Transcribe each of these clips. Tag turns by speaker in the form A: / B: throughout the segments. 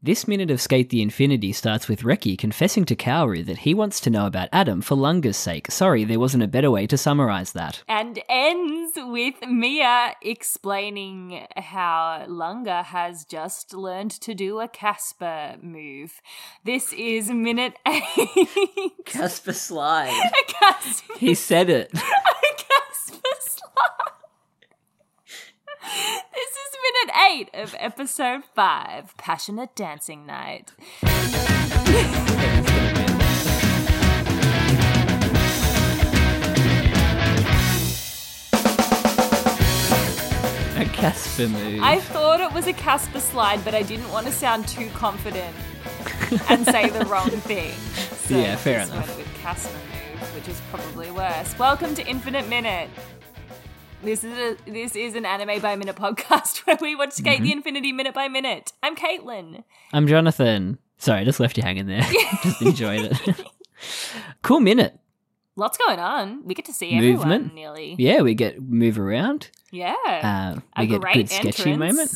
A: This minute of Skate the Infinity starts with Reki confessing to Kaoru that he wants to know about Adam for Lunga's sake. Sorry, there wasn't a better way to summarize that.
B: and ends with Mia explaining how Lunga has just learned to do a Casper move. This is minute eight.
A: Casper Slide.
B: a Casper,
A: he said it.
B: a Casper slide. This is minute eight of episode five, Passionate Dancing Night.
A: A Casper move.
B: I thought it was a Casper slide, but I didn't want to sound too confident and say the wrong thing. So
A: Yeah, fair
B: just
A: enough.
B: Went with Casper move, which is probably worse. Welcome to Infinite Minute. This is a this is an anime by minute podcast where we watch
A: Mm-hmm.
B: Skate the Infinity minute by minute. I'm Caitlin.
A: I'm Jonathan. Sorry, I just left you hanging there. just enjoyed it. cool minute.
B: Lots going on. We get to see everyone
A: Movement.
B: nearly.
A: Yeah, we get move around.
B: Yeah.
A: Uh,
B: A
A: we get
B: great
A: good sketchy
B: entrance.
A: moment.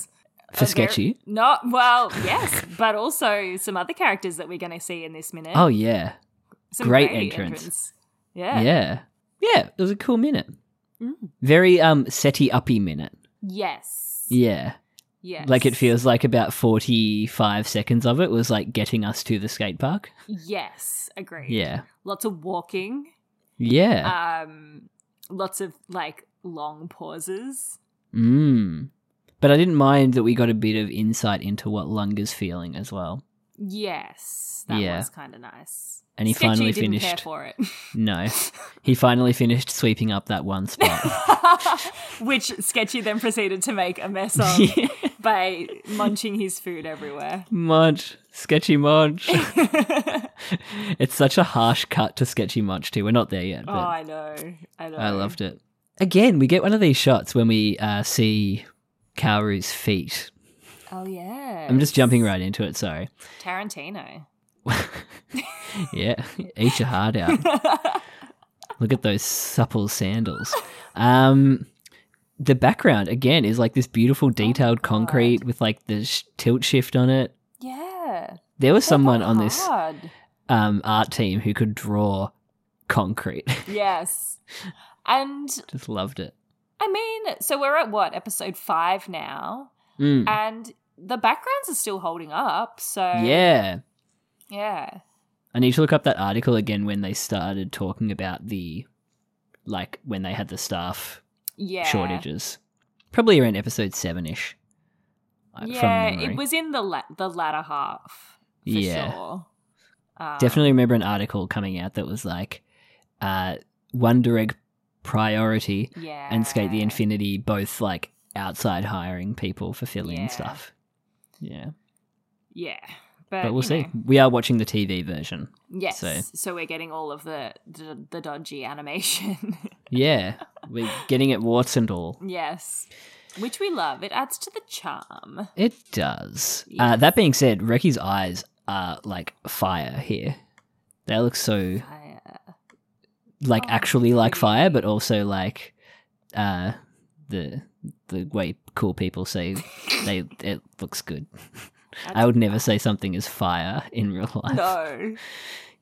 B: A
A: For
B: ver-
A: sketchy.
B: Not well, yes, but also some other characters that we're going to see in this minute.
A: Oh yeah.
B: Some
A: great entrance.
B: Yeah. Mm.
A: Yeah. Yeah, it was a cool minute. Very um SETI uppy minute.
B: Yes.
A: Yeah.
B: Yes.
A: Like it feels like about 45 seconds of it was like getting us to the skate park.
B: Yes. Agreed.
A: Yeah.
B: Lots of walking.
A: Yeah.
B: Um. Lots of like long pauses.
A: mm. But I didn't mind that we got a bit of insight into what Lunga's feeling as well.
B: Yes. That
A: Yeah.
B: was kind of nice.
A: And he
B: Sketchy
A: finally
B: didn't Care
A: finished.
B: for it.
A: No. he finally finished sweeping up that one spot.
B: Which Sketchy then proceeded to make a mess of
A: Yeah.
B: by munching his food everywhere.
A: Munch. Sketchy Munch. it's such a harsh cut to Sketchy Munch, too. We're not there yet. But...
B: oh, I know. I know.
A: I loved it. Again, we get one of these shots when we uh, see Kaoru's feet.
B: Oh yeah.
A: I'm just jumping right into it, sorry.
B: Tarantino.
A: Yeah, eat your heart out. Look at those supple sandals. Um, the background, again, is like this beautiful detailed concrete with like the sh- tilt shift on it.
B: Yeah.
A: There was someone on this
B: Hard.
A: um, art team who could draw concrete.
B: Yes. And
A: just loved it.
B: I mean, so we're at what, episode five now?
A: Mm.
B: And the backgrounds are still holding up. So,
A: yeah.
B: Yeah.
A: I need to look up that article again when they started talking about the, like when they had the staff
B: Yeah.
A: shortages. Probably around episode seven ish.
B: Yeah. It was in the, la- the latter half. For
A: Yeah.
B: Sure. Um,
A: definitely remember an article coming out that was like, uh, One Direct priority
B: Yeah.
A: and Skate the Infinity both like outside hiring people for filling
B: Yeah.
A: and stuff. Yeah,
B: Yeah. But,
A: but we'll
B: you
A: see.
B: know.
A: We are watching the TV version.
B: Yes.
A: So-
B: So. we're getting all of the the, the dodgy animation.
A: Yeah, we're getting it warts and all.
B: yes. Which we love. It adds to the charm.
A: It does. Uh, that being said, Reki's eyes are like fire here. They look so
B: I, uh,
A: like
B: Oh,
A: actually like fire, but also like uh, the the way cool people say they it looks good. I would never say something is fire in real life.
B: No.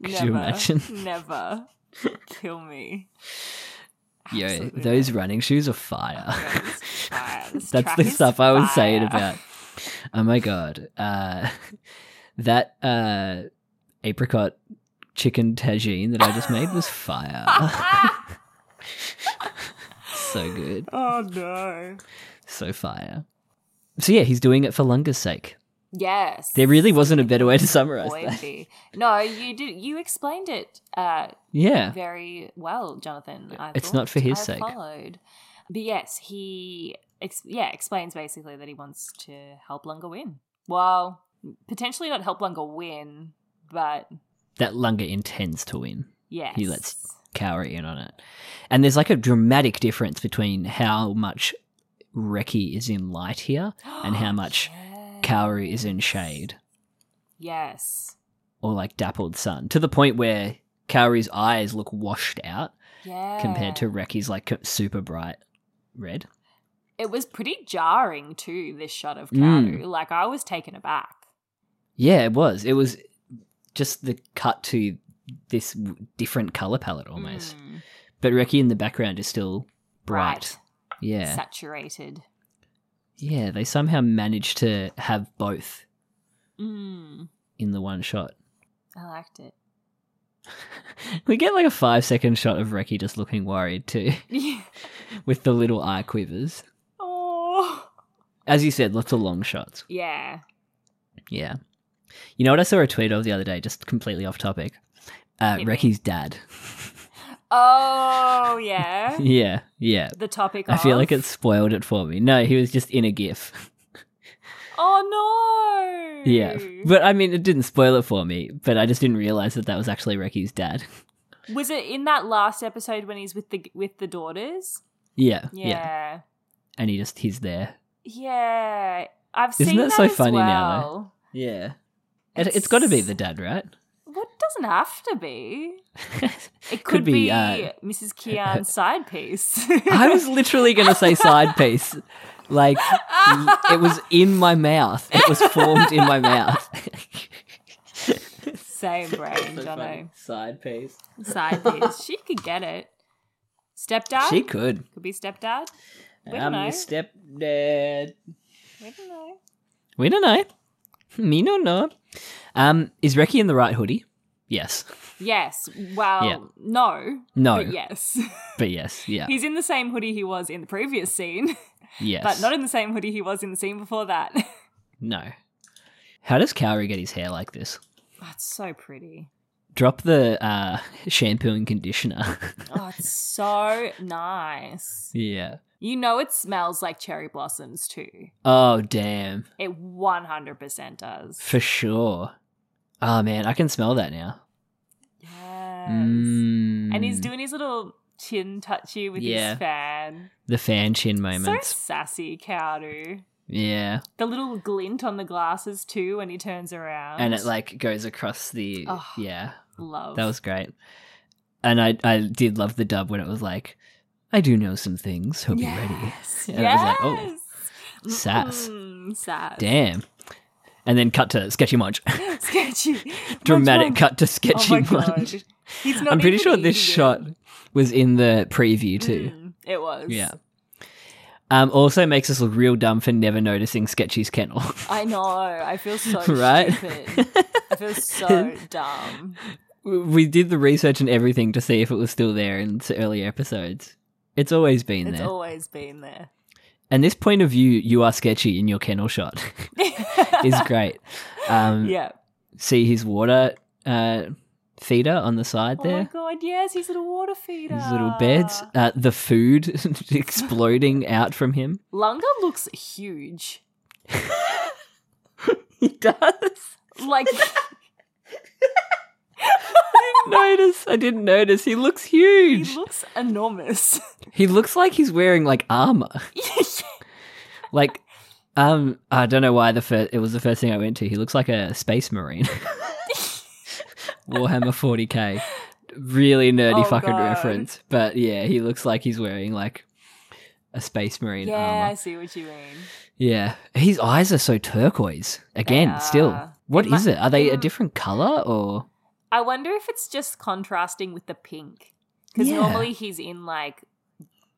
A: Could you
B: never,
A: imagine?
B: Never. Kill me.
A: Yo,
B: Absolutely
A: those running shoes are fire.
B: not. Fire. This
A: That's
B: track
A: the
B: is
A: stuff I was saying
B: fire.
A: about. Oh my god, uh, that uh, apricot chicken tagine that I just made was fire. so good,
B: Oh no.
A: so fire. So yeah, he's doing it for Lunga's sake.
B: Yes.
A: There really wasn't a better way to summarize that.
B: Boy, no, you did. You explained it uh,
A: Yeah,
B: very well, Jonathan. I
A: It's
B: thought.
A: not for his
B: I
A: sake.
B: Followed, but yes, he ex- yeah, explains basically that he wants to help Lunga win. Well, potentially not help Lunga win, but
A: That Lunga intends to win.
B: yes.
A: He lets Kaori in on it. And there's like a dramatic difference between how much Reki is in light here and how much Kaori is in shade
B: Yes.
A: or like dappled sun to the point where Kaori's eyes look washed out
B: Yeah.
A: compared to Reki's like super bright red.
B: It was pretty jarring too, this shot of
A: Mm.
B: Kaoru. Like I was taken aback.
A: Yeah, it was. It was just the cut to this w- different color palette almost.
B: Mm.
A: But Reki in the background is still bright. Yeah.
B: Saturated.
A: yeah, they somehow managed to have both
B: Mm.
A: in the one shot.
B: I liked it.
A: We get like a five second shot of Reki just looking worried too, with the little eye quivers.
B: oh.
A: As you said, lots of long shots.
B: Yeah.
A: Yeah. You know what I saw a tweet of the other day, just completely off topic? Uh,
B: Hit me.
A: Reki's dad.
B: Oh yeah.
A: yeah, yeah.
B: The topic.
A: I feel
B: of-
A: like it spoiled it for me. No, he was just in a GIF.
B: Oh no.
A: yeah. But I mean, it didn't spoil it for me, but I just didn't realize that that was actually Reki's dad.
B: was it in that last episode when he's with the with the daughters?
A: yeah, yeah,
B: Yeah.
A: And he just, he's there.
B: Yeah. I've
A: Isn't
B: seen
A: that
B: that,
A: so
B: as
A: funny
B: well.
A: now, though? Yeah. It, it's
B: It's-
A: got to be the dad, right?
B: What doesn't have to be? It could,
A: Could
B: be,
A: be, uh,
B: Mrs. Kian's side piece.
A: I was literally going to say side piece. Like, l- it was in my mouth. It was formed in my mouth.
B: Same brain, Jono.
A: Side piece.
B: Side piece. She could get it. Stepdad?
A: She Um, could.
B: Could be stepdad? We don't
A: I'm
B: know.
A: your stepdad.
B: We don't know.
A: We don't know. Me no no. Um, is Reki in the right hoodie? Yes,
B: Yes. Well,
A: Yeah.
B: no.
A: No.
B: But yes.
A: but yes, yeah,
B: He's in the same hoodie he was in the previous scene,
A: yes.
B: but not in the same hoodie he was in the scene before that.
A: no. How does Cowrie get his hair like this?
B: That's so pretty.
A: Drop the uh, shampoo and conditioner.
B: Oh, it's so nice.
A: yeah.
B: You know it smells like cherry blossoms too.
A: Oh damn,
B: It 100% does.
A: for sure. Oh man, I can smell that now.
B: Yes.
A: Mm.
B: And he's doing his little chin touchy with
A: Yeah.
B: his fan.
A: the fan chin
B: So
A: moments.
B: sassy, Kaoru.
A: yeah,
B: The little glint on the glasses too when he turns around.
A: and it like goes across the
B: Oh.
A: yeah.
B: love.
A: That was great. And I I did love the dub when it was like, I do know some things. Hope you're ready.
B: Yes.
A: And I was like, oh,
B: Yes.
A: sass.
B: Mm, sass.
A: Damn. And then cut to Sketchy Munch.
B: Sketchy.
A: Dramatic
B: Munch,
A: cut to
B: munch.
A: Sketchy
B: oh my
A: Munch.
B: God. He's not
A: I'm pretty
B: even
A: sure this
B: eating it.
A: shot was in the preview too.
B: Mm, it was.
A: Yeah. Um, also makes us look real dumb for never noticing Sketchy's kennel.
B: I know. I feel so
A: Right?
B: stupid. I feel so dumb.
A: we did the research and everything to see if it was still there in the earlier episodes. It's always been
B: It's
A: there.
B: always been there.
A: and this point of view, you are sketchy in your kennel shot is great. Um,
B: Yeah.
A: see his water uh, feeder on the side
B: Oh my
A: there.
B: god, yes, he's a little water feeder.
A: His little beds, uh, the food exploding out from him.
B: Lunga looks huge.
A: He does.
B: Like
A: Notice? I didn't notice. He looks
B: he
A: huge.
B: looks enormous.
A: He looks like he's wearing like armor. Like, um, I don't know why the first. It was the first thing I went to. He looks like a space marine. Warhammer 40k. Really nerdy
B: Oh,
A: fucking
B: God.
A: reference, but yeah, he looks like he's wearing like a space marine
B: yeah,
A: armor.
B: I see what you mean.
A: Yeah, his eyes are so turquoise. Again,
B: They
A: still,
B: are.
A: what
B: It
A: is
B: mu-
A: it? Are they a
B: mm.
A: different color or?
B: I wonder if it's just contrasting with the pink. Because
A: Yeah.
B: normally he's in like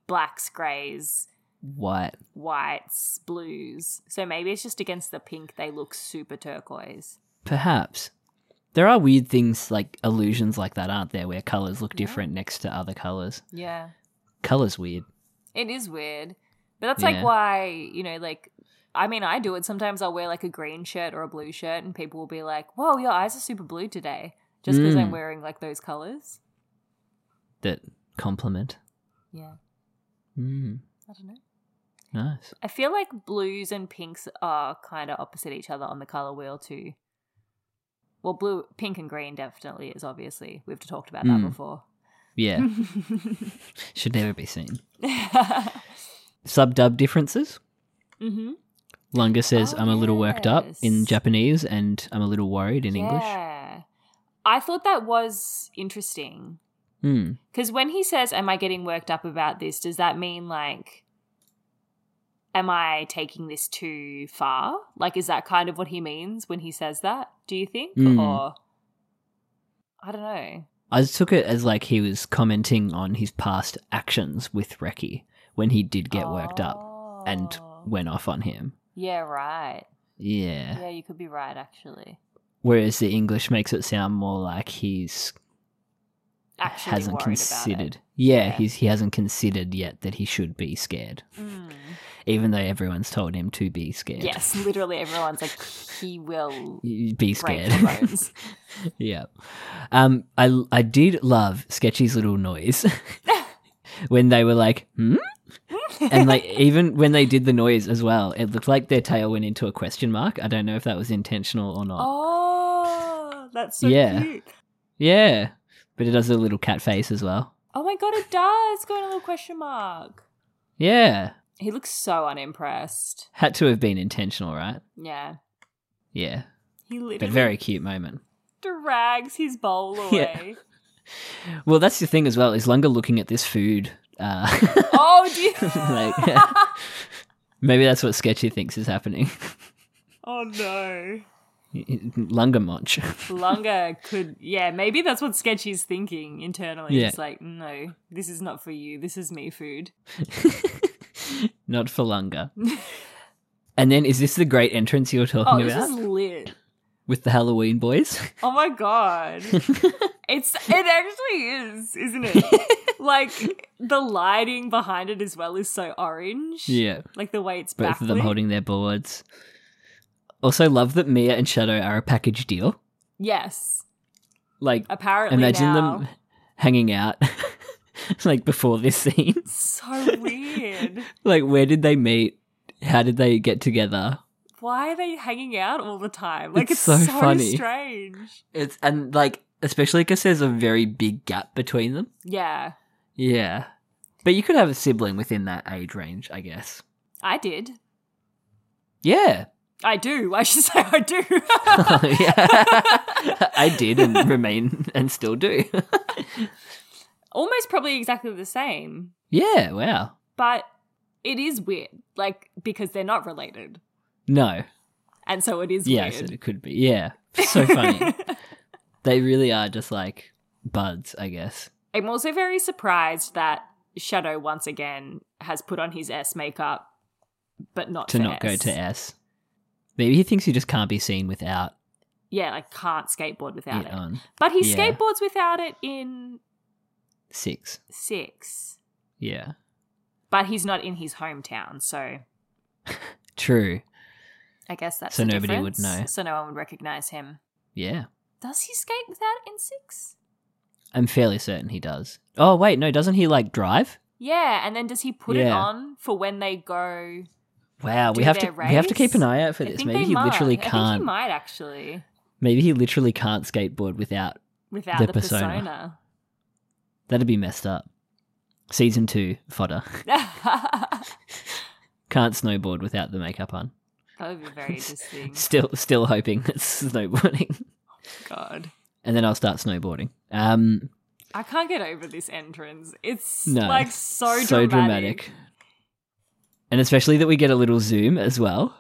B: blacks, greys,
A: What?
B: whites, blues. So maybe it's just against the pink they look super turquoise.
A: Perhaps there are weird things like illusions like that, aren't there? Where colors look different next to other colors.
B: Yeah.
A: Colors weird.
B: It is weird. But that's
A: Yeah.
B: like why, you know, like I mean, I do it. Sometimes I'll wear like a green shirt or a blue shirt and people will be like, "Whoa, your eyes are super blue today." Just because I'm
A: Mm.
B: wearing like those colors.
A: That compliment.
B: Yeah.
A: Mm.
B: I don't know.
A: Nice.
B: I feel like blues and pinks are kind of opposite each other on the color wheel too. Well, blue, pink, and green definitely is obviously. We've talked about that
A: Mm.
B: before.
A: Yeah.
B: Hmm.
A: Should never be seen. Sub dub differences.
B: mm-hmm.
A: Lunga says,
B: Oh,
A: I'm a little worked up in
B: yes.
A: Japanese and I'm a little worried in English.
B: Yeah. I thought that was interesting.
A: Mm.
B: Because when he says, Am I getting worked up about this? Does that mean like, Am I taking this too far? Like, is that kind of what he means when he says that? Do you think?
A: Mm.
B: Or I don't know.
A: I took it as like he was commenting on his past actions with Reki when he did get worked up and
B: Oh.
A: went off on him.
B: Yeah, right.
A: Yeah.
B: Yeah, you could be right, actually.
A: Whereas the English makes it sound more like he's
B: Actually,
A: hasn't
B: worried
A: considered.
B: About it.
A: Yeah,
B: Yeah.
A: he's he hasn't considered yet that he should be scared,
B: Mm.
A: even though everyone's told him to be scared.
B: Yes, literally everyone's like, He will
A: Y- be
B: break
A: scared.
B: the bones.
A: yeah. Um, I I did love Sketchy's little noise when they were like, hmm? and like even when they did the noise as well, it looked like their tail went into a question mark. I don't know if that was intentional or not.
B: Oh, that's so
A: Yeah.
B: cute.
A: Yeah, but it does a little cat face as well.
B: Oh my god, it does. It's got a little question mark.
A: Yeah,
B: He looks so unimpressed.
A: had to have been intentional, right?
B: Yeah.
A: Yeah,
B: He literally
A: but very cute moment.
B: drags his bowl
A: Yeah.
B: away.
A: Well, that's the thing as well. Is Lunga looking at this food? Uh,
B: Oh, dear.
A: like, maybe that's what Sketchy thinks is happening.
B: oh no.
A: Lunga munch.
B: Lunga could, yeah, maybe that's what Sketchy's thinking internally.
A: Yeah.
B: It's like, no, this is not for you. This is me food.
A: Not for Lunga. and then is this the great entrance you were
B: Oh,
A: talking
B: this
A: about
B: is lit.
A: with the Halloween boys?
B: Oh my god. it's it actually is, isn't it? like the lighting behind it as well is so orange.
A: yeah.
B: Like the way it's
A: Both of them
B: backlit.
A: holding their boards. Also love that Mia and Shadow are a package deal.
B: Yes.
A: Like
B: Apparently
A: imagine
B: now.
A: them hanging out like before this scene.
B: So weird.
A: Like where did they meet? How did they get together?
B: Why are they hanging out all the time? Like it's,
A: It's so funny.
B: strange.
A: It's and like especially because there's a very big gap between them.
B: Yeah.
A: Yeah, but you could have a sibling within that age range, I guess.
B: I did.
A: Yeah,
B: I do. I should say I do.
A: yeah. I did and remain and still do.
B: Almost probably exactly the same.
A: yeah. Wow.
B: But it is weird. Like because they're not related.
A: No.
B: And so it is
A: Yeah. I
B: weird.
A: said it could be. Yeah. So funny. they really are just like buds, I guess.
B: I'm also very surprised that Shadow once again has put on his S makeup, but not
A: To
B: for
A: not go
B: S.
A: to S. Maybe he thinks he just can't be seen without
B: Yeah, like can't skateboard without
A: it
B: it.
A: on
B: But he
A: Yeah.
B: skateboards without it in
A: six.
B: six.
A: Yeah.
B: But he's not in his hometown, so
A: True.
B: I guess that's
A: So
B: the
A: nobody would
B: difference.
A: know.
B: So no one would recognize him.
A: Yeah.
B: Does he skate without it in six?
A: I'm fairly certain he does. Oh wait, no, doesn't he like drive?
B: Yeah, and then does he put it
A: Yeah.
B: on for when they go?
A: Wow, we
B: Do
A: have to
B: their
A: we have to
B: race?
A: keep an eye out for
B: I
A: this.
B: think
A: Maybe
B: they
A: he
B: might.
A: literally
B: I think he
A: can't.
B: might actually
A: Maybe he literally can't skateboard without.
B: without
A: The
B: the,
A: persona. That'd be messed up. Season two fodder.
B: persona.
A: Can't snowboard without the makeup on.
B: That would be very interesting.
A: Still, still hoping it's snowboarding,
B: God.
A: and then I'll start snowboarding. Um,
B: I can't get over this entrance. It's
A: no,
B: like so,
A: so
B: dramatic.
A: dramatic. and especially that we get a little zoom as well.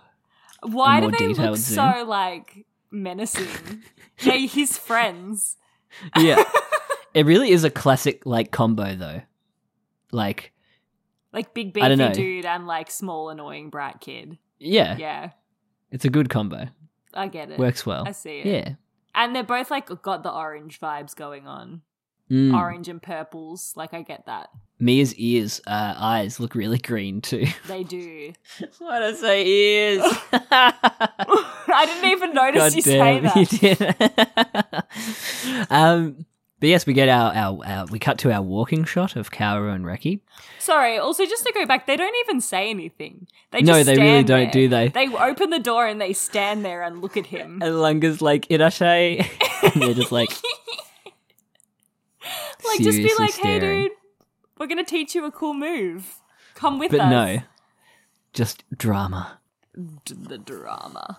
B: Why
A: A
B: do
A: more
B: they look
A: detailed zoom.
B: so like menacing? they his friends.
A: Yeah, it really is a classic like combo though. Like,
B: Like big
A: I don't
B: beefy
A: know.
B: dude and like small annoying bright kid.
A: yeah,
B: Yeah.
A: it's a good combo.
B: I get it.
A: Works well.
B: I see it.
A: Yeah.
B: And they're both like got the orange vibes going on.
A: Mm.
B: Orange and purples. Like I get that.
A: Mia's ears, uh, eyes look really green too.
B: They do.
A: Why did I say ears?
B: I didn't even
A: God
B: notice you
A: damn,
B: say that.
A: you did. um, But yes, we get our, our, our we cut to our walking shot of Kaoru and Reki.
B: Sorry. Also, just to go back, they don't even say anything. They just
A: No, they really
B: stand
A: don't,
B: there.
A: do they?
B: They open the door and they stand there and look at him.
A: And Lunga's like, Irashay. and they're just like,
B: like, just be
A: seriously
B: like, hey,
A: staring.
B: dude, we're gonna teach you a cool move. Come with
A: But
B: us.
A: no, just drama.
B: D- the drama.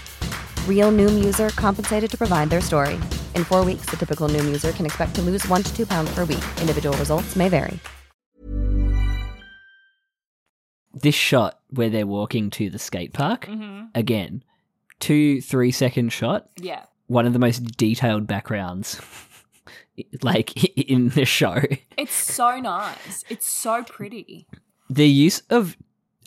C: Real Noom user compensated to provide their story. In four weeks, the typical Noom user can expect to lose one to two pounds per week. Individual results may vary.
A: This shot where they're walking to the skate park,
B: Mm-hmm.
A: again, two, three second shot,
B: Yeah.
A: one of the most detailed backgrounds, like in the show.
B: It's so nice. It's so pretty.
A: the use of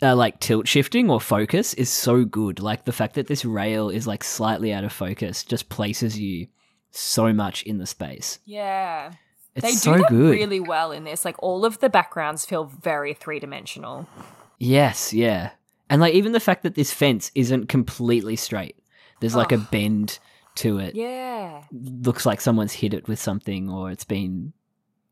A: uh, like tilt shifting or focus is so good. Like the fact that this rail is like slightly out of focus just places you so much in the space.
B: Yeah.
A: It's
B: they
A: so
B: do that
A: good.
B: really well in this. Like all of the backgrounds feel very three dimensional.
A: Yes, yeah. And like even the fact that this fence isn't completely straight. There's like a
B: Oh.
A: bend to it.
B: Yeah.
A: Looks like someone's hit it with something or it's been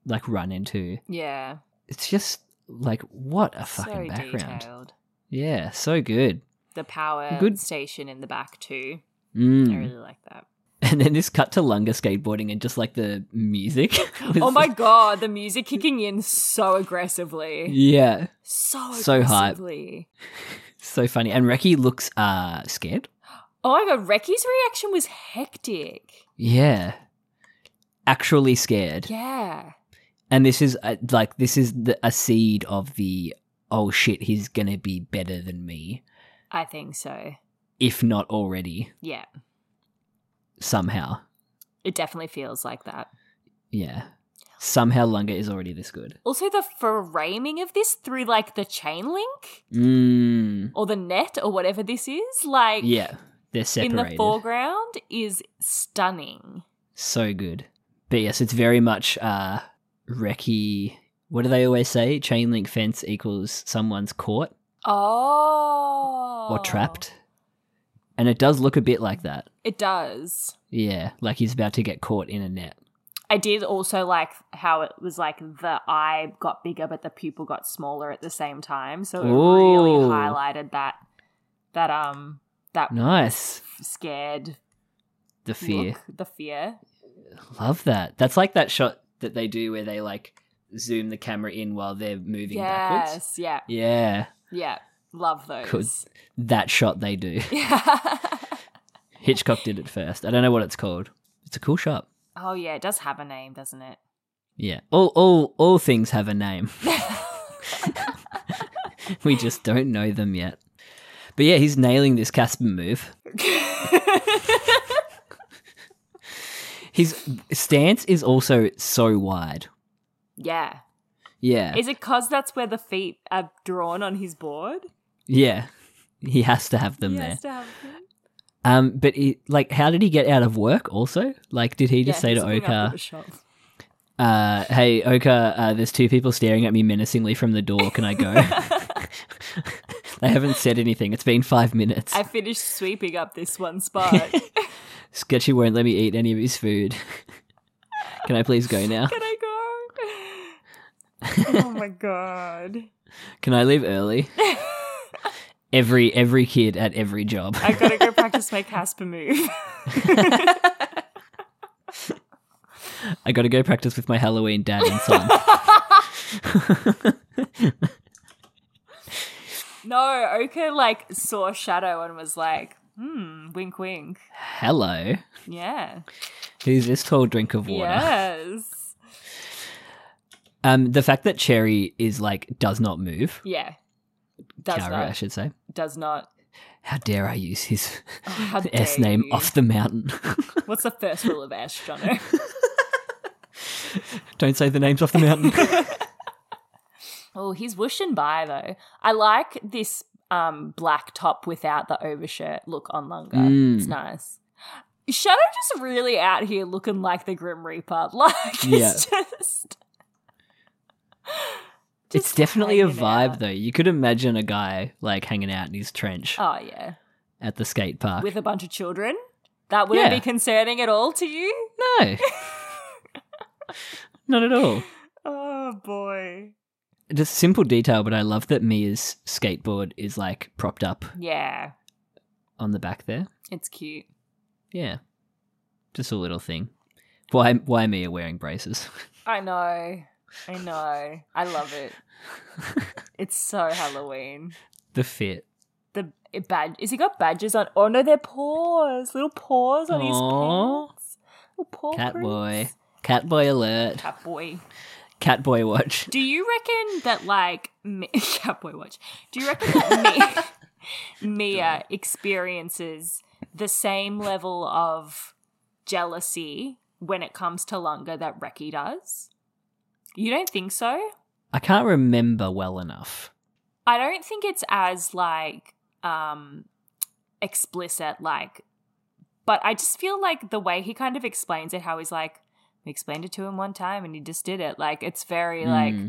A: like run into.
B: Yeah.
A: It's just like what a fucking
B: so
A: background.
B: detailed.
A: Yeah, so good.
B: The power
A: Good.
B: station in the back too. I
A: Mm.
B: really like that.
A: And then this cut to Lunga skateboarding and just like the music. was
B: Oh my god, the music kicking in so aggressively.
A: Yeah,
B: So
A: So hype.
B: aggressively.
A: so funny. And Reki looks uh scared.
B: Oh my god, Reki's reaction was hectic.
A: Yeah, actually scared.
B: Yeah.
A: And this is uh, like this is the, a seed of the oh shit, he's gonna be better than me,
B: I think so.
A: if not already
B: Yeah.
A: somehow.
B: It definitely feels like that.
A: Yeah, somehow Lunga is already this good.
B: Also, the framing of this through like the chain link
A: Mm.
B: or the net or whatever this is, like
A: Yeah, they're
B: in
A: separated.
B: the foreground, is stunning.
A: So good. But yes, it's very much uh Reki. What do they always say? Chain link fence equals someone's caught
B: Oh.
A: or trapped. And it does look a bit like that.
B: It does.
A: Yeah, like he's about to get caught in a net.
B: I did also like how it was like the eye got bigger, but the pupil got smaller at the same time. So it
A: Ooh.
B: really highlighted that that um that
A: Nice.
B: scared
A: The fear.
B: look, the fear.
A: Love that. That's like that shot that they do where they like zoom the camera in while they're moving
B: yes,
A: backwards.
B: yeah,
A: Yeah.
B: yeah. Love those.
A: Could- That shot they do.
B: Yeah.
A: Hitchcock did it first. I don't know what it's called. It's a cool shot.
B: oh yeah, it does have a name, doesn't it?
A: Yeah. All all all things have a name. we just don't know them yet. But yeah, he's nailing this Casper move. His stance is also so wide.
B: Yeah.
A: Yeah.
B: Is it cause that's where the feet are drawn on his board?
A: yeah. He has to have them
B: He
A: there.
B: has to have them.
A: Um but he, like how did he get out of work also? Like did he just
B: Yeah,
A: say
B: he's
A: to
B: looking up at
A: Oka,
B: the shop.
A: uh, hey Oka, uh, there's two people staring at me menacingly from the door. Can I go? they haven't said anything. It's been 5 minutes.
B: I finished sweeping up this one spot. Can
A: Sketchy won't let me eat any of his food. Can I please go now?
B: I go? oh my god.
A: Can I leave early? Every every kid at every job.
B: I gotta go practice my Casper move.
A: I got to go practice with my Halloween dad and son.
B: No, Oka like saw Shadow and was like, hmm, wink wink.
A: Hello.
B: Yeah.
A: Who's this tall drink of water?
B: Yes.
A: Um, the fact that Cherry is like does not move.
B: Yeah. Does
A: Kiara, I
B: not.
A: should say.
B: Does not.
A: How dare I use his
B: Oh, how
A: S
B: dare
A: name
B: you.
A: off the mountain?
B: What's the first rule of Ash, Jono?
A: Don't say the names off the mountain.
B: Oh, he's whooshing by though. I like this um black top without the overshirt look on Lunga. It's nice. Shadow just really out here looking like the Grim Reaper. Like it's just
A: it's definitely a
B: hanging
A: vibe
B: out.
A: though. You could imagine a guy like hanging out in his trench
B: Oh yeah.
A: at the skate park.
B: With a bunch of children. That wouldn't
A: Yeah.
B: be concerning at all to you?
A: no. not at all.
B: Oh boy.
A: Just simple detail, but I love that Mia's skateboard is like propped up
B: Yeah.
A: on the back there.
B: It's cute.
A: Yeah. Just a little thing. Why why Mia wearing braces?
B: I know. I know. I love it. it's so Halloween.
A: the fit.
B: The it bad is he got badges on? Oh no, they're paws. Little paws on his
A: Aw.
B: pants. Little paw
A: Catboy.
B: prints.
A: Catboy alert.
B: Catboy.
A: Catboy watch.
B: Do you reckon that like Mi- Catboy watch? Do you reckon that Mi- Mia experiences the same level of jealousy when it comes to Lunga that Reki does? You don't think so?
A: I can't remember well enough.
B: I don't think it's as like um explicit like but I just feel like the way he kind of explains it how he's like we explained it to him one time and he just did it like it's very
A: Mm.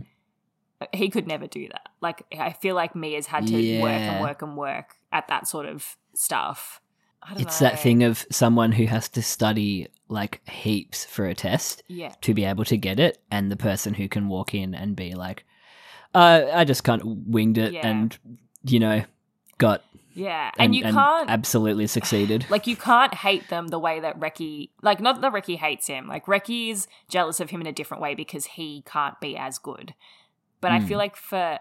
B: like he could never do that. Like I feel like Mia's had to work
A: Yeah.
B: and work and work at that sort of stuff. I don't
A: It's
B: know.
A: that thing of someone who has to study like heaps for a test
B: Yeah.
A: to be able to get it, and the person who can walk in and be like, uh, I just kind of winged it
B: Yeah.
A: and, you know, got
B: Yeah. And,
A: and,
B: you
A: and
B: can't
A: absolutely succeeded.
B: Like you can't hate them the way that Reki like not that Reki hates him. Like Reki is jealous of him in a different way because he can't be as good. But I
A: Mm.
B: feel like for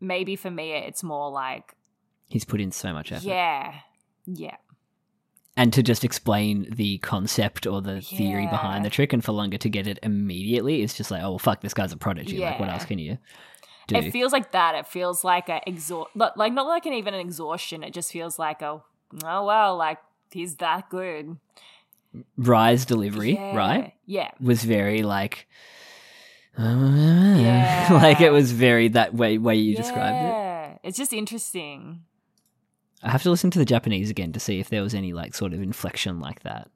B: maybe for Mia it's more like
A: He's put in so much effort.
B: yeah. Yeah.
A: and to just explain the concept or the theory behind
B: Yeah.
A: the trick and for longer to get it immediately it's just like oh well, fuck this guy's a prodigy like what
B: Yeah.
A: else can you do
B: It feels like that. It feels like a exhaust like not like an even an exhaustion. It just feels like a oh well, like he's that good.
A: Rye's delivery
B: Yeah.
A: right
B: Yeah.
A: was very like
B: Yeah.
A: like it was very that way way you described it
B: Yeah. It's just interesting.
A: i have to listen to the japanese again to see if there was any like sort of inflection like that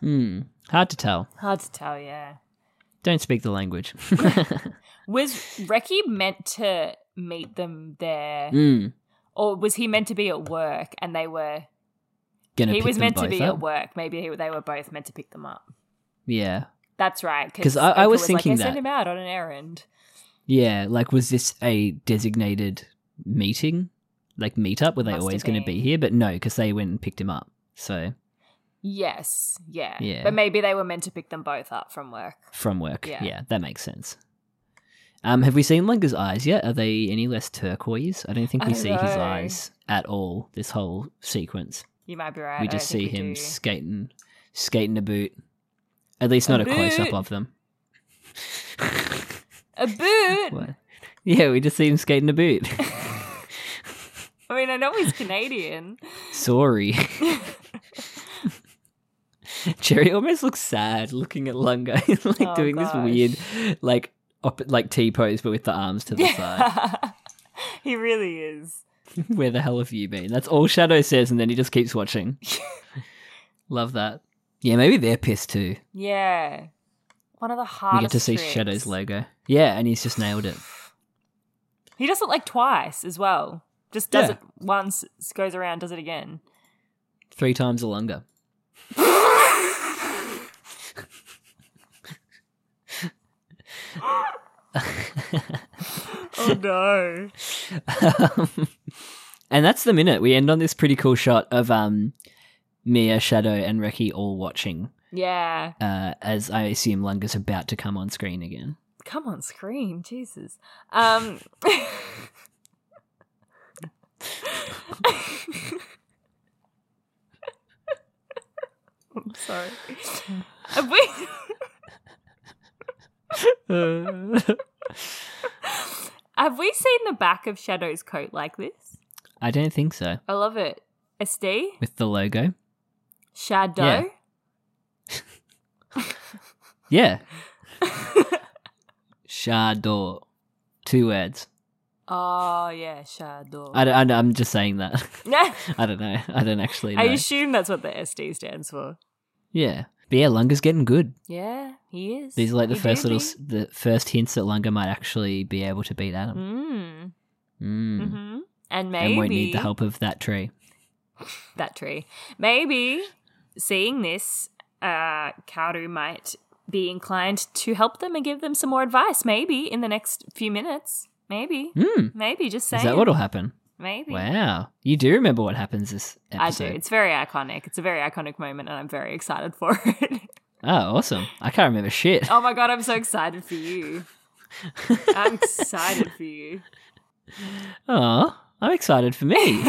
A: hmm hard to tell
B: Hard to tell, yeah.
A: don't speak the language Hmm.
B: Was Reki meant to meet them there,
A: mm.
B: or was he meant to be at work and they were?
A: gonna
B: he
A: pick
B: was
A: them
B: meant to
A: both
B: be
A: up.
B: at work. Maybe he, they were both meant to pick them up.
A: yeah
B: That's right.
A: 'Cause I- I
B: Oka
A: was thinking
B: like, I sent
A: that.
B: him out on an errand.
A: Yeah, like was this a designated meeting, like meetup? Were they
B: Must have
A: always going to be
B: been.
A: here? But no, because they went and picked him up. So
B: Yes, yeah.
A: Yeah.
B: But maybe they were meant to pick them both up from work.
A: from work, yeah,
B: Yeah.
A: that makes sense. Um, have we seen Lunga's eyes yet? Are they any less turquoise? I don't think
B: I
A: we
B: don't
A: see his
B: know.
A: eyes at all. This whole sequence,
B: You might be right.
A: we
B: I
A: just
B: don't
A: see
B: think we
A: him
B: do.
A: skating, skating a boot. At least not
B: A
A: a, close up
B: boot.
A: of them.
B: A boot.
A: What? Yeah, we just see him skating a boot.
B: I mean, I know he's Canadian.
A: Sorry. Cherry almost looks sad looking at Lunga. He's like
B: Oh,
A: doing
B: gosh.
A: this weird, like, op- like T pose, but with the arms to the side.
B: he really is.
A: Where the hell have you been? That's all Shadow says, and then he just keeps watching. Love that. Yeah, maybe they're pissed too.
B: Yeah. One of the
A: We
B: hardest.
A: get to see
B: tricks.
A: Shadow's logo. Yeah, and he's just nailed it.
B: He does it like twice as well. Just does
A: Yeah.
B: it once, s- goes around, does it again.
A: Three times a Lunga.
B: Oh no.
A: and that's the minute. We end on this pretty cool shot of um, Mia, Shadow, and Reki all watching
B: Yeah.
A: uh, as I assume Lunga's about to come on screen again.
B: come on screen, Jesus. Um, I'm sorry. Have we? Have we seen the back of Shadow's coat like this?
A: I don't think so.
B: I love it. SD
A: With the logo.
B: Shadow.
A: Yeah. Yeah. Shadow. Two words.
B: Oh yeah, Shadow.
A: I, don't- I, am just saying that.
B: I,
A: I don't know. I don't actually know.
B: assume that's what the SD stands for.
A: yeah. But yeah, Lunga's getting good.
B: Yeah, he is.
A: These are like the
B: He
A: first
B: do
A: little,
B: be.
A: s- the first hints that Lunga might actually be able to beat Adam.
B: Mm.
A: Mm.
B: hmm And maybe
A: And won't need the help of that tree.
B: that tree. Maybe seeing this, uh, Karu might be inclined to help them and give them some more advice. Maybe in the next few minutes. Maybe.
A: Mm.
B: Maybe just saying.
A: Is that what'll happen?
B: Maybe.
A: Wow. You do remember what happens this
B: I do.
A: episode.
B: It's very iconic. It's a very iconic moment, and I'm very excited for it.
A: Oh, awesome. I can't remember shit.
B: oh my god, I'm so excited for you. I'm excited for you.
A: Oh, I'm excited for me.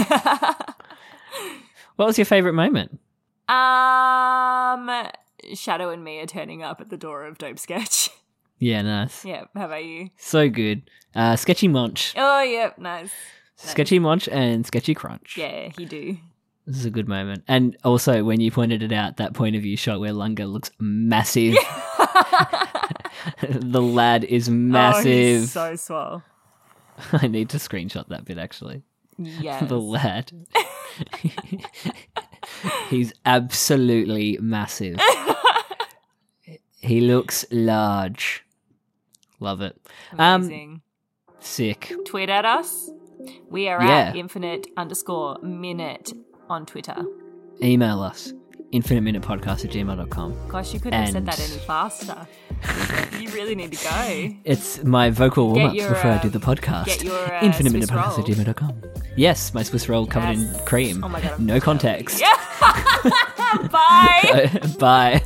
A: what was your favorite moment?
B: Um, Shadow and Mia turning up at the door of Dope Sketch.
A: Yeah, nice.
B: yeah, how about you?
A: So good. Uh, sketchy Munch.
B: Oh, yeah, nice.
A: Sketchy Munch and Sketchy Crunch.
B: Yeah, he do.
A: This is a good moment. And also, when you pointed it out, that point of view shot where Lunga looks massive. the lad is
B: Oh, he's
A: massive.
B: Oh, so swell.
A: I need to screenshot that bit actually.
B: Yes.
A: The lad. He's absolutely massive. he looks large. Love it. Um,
B: Amazing.
A: sick.
B: Tweet at us. We are
A: Yeah.
B: at infinite underscore minute on Twitter.
A: Email us infiniteminutepodcast at gmail.com.
B: Gosh, you couldn't have said
A: And-
B: that any faster. you really need to go.
A: It's my vocal warm ups
B: your,
A: before I do
B: um,
A: the podcast.
B: get your, uh,
A: infiniteminutepodcast at
B: Swiss
A: gmail.com. Yes, my Swiss roll covered
B: Yes.
A: in cream.
B: Oh my God, I'm
A: no context.
B: Bye.
A: Bye.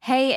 D: Hey,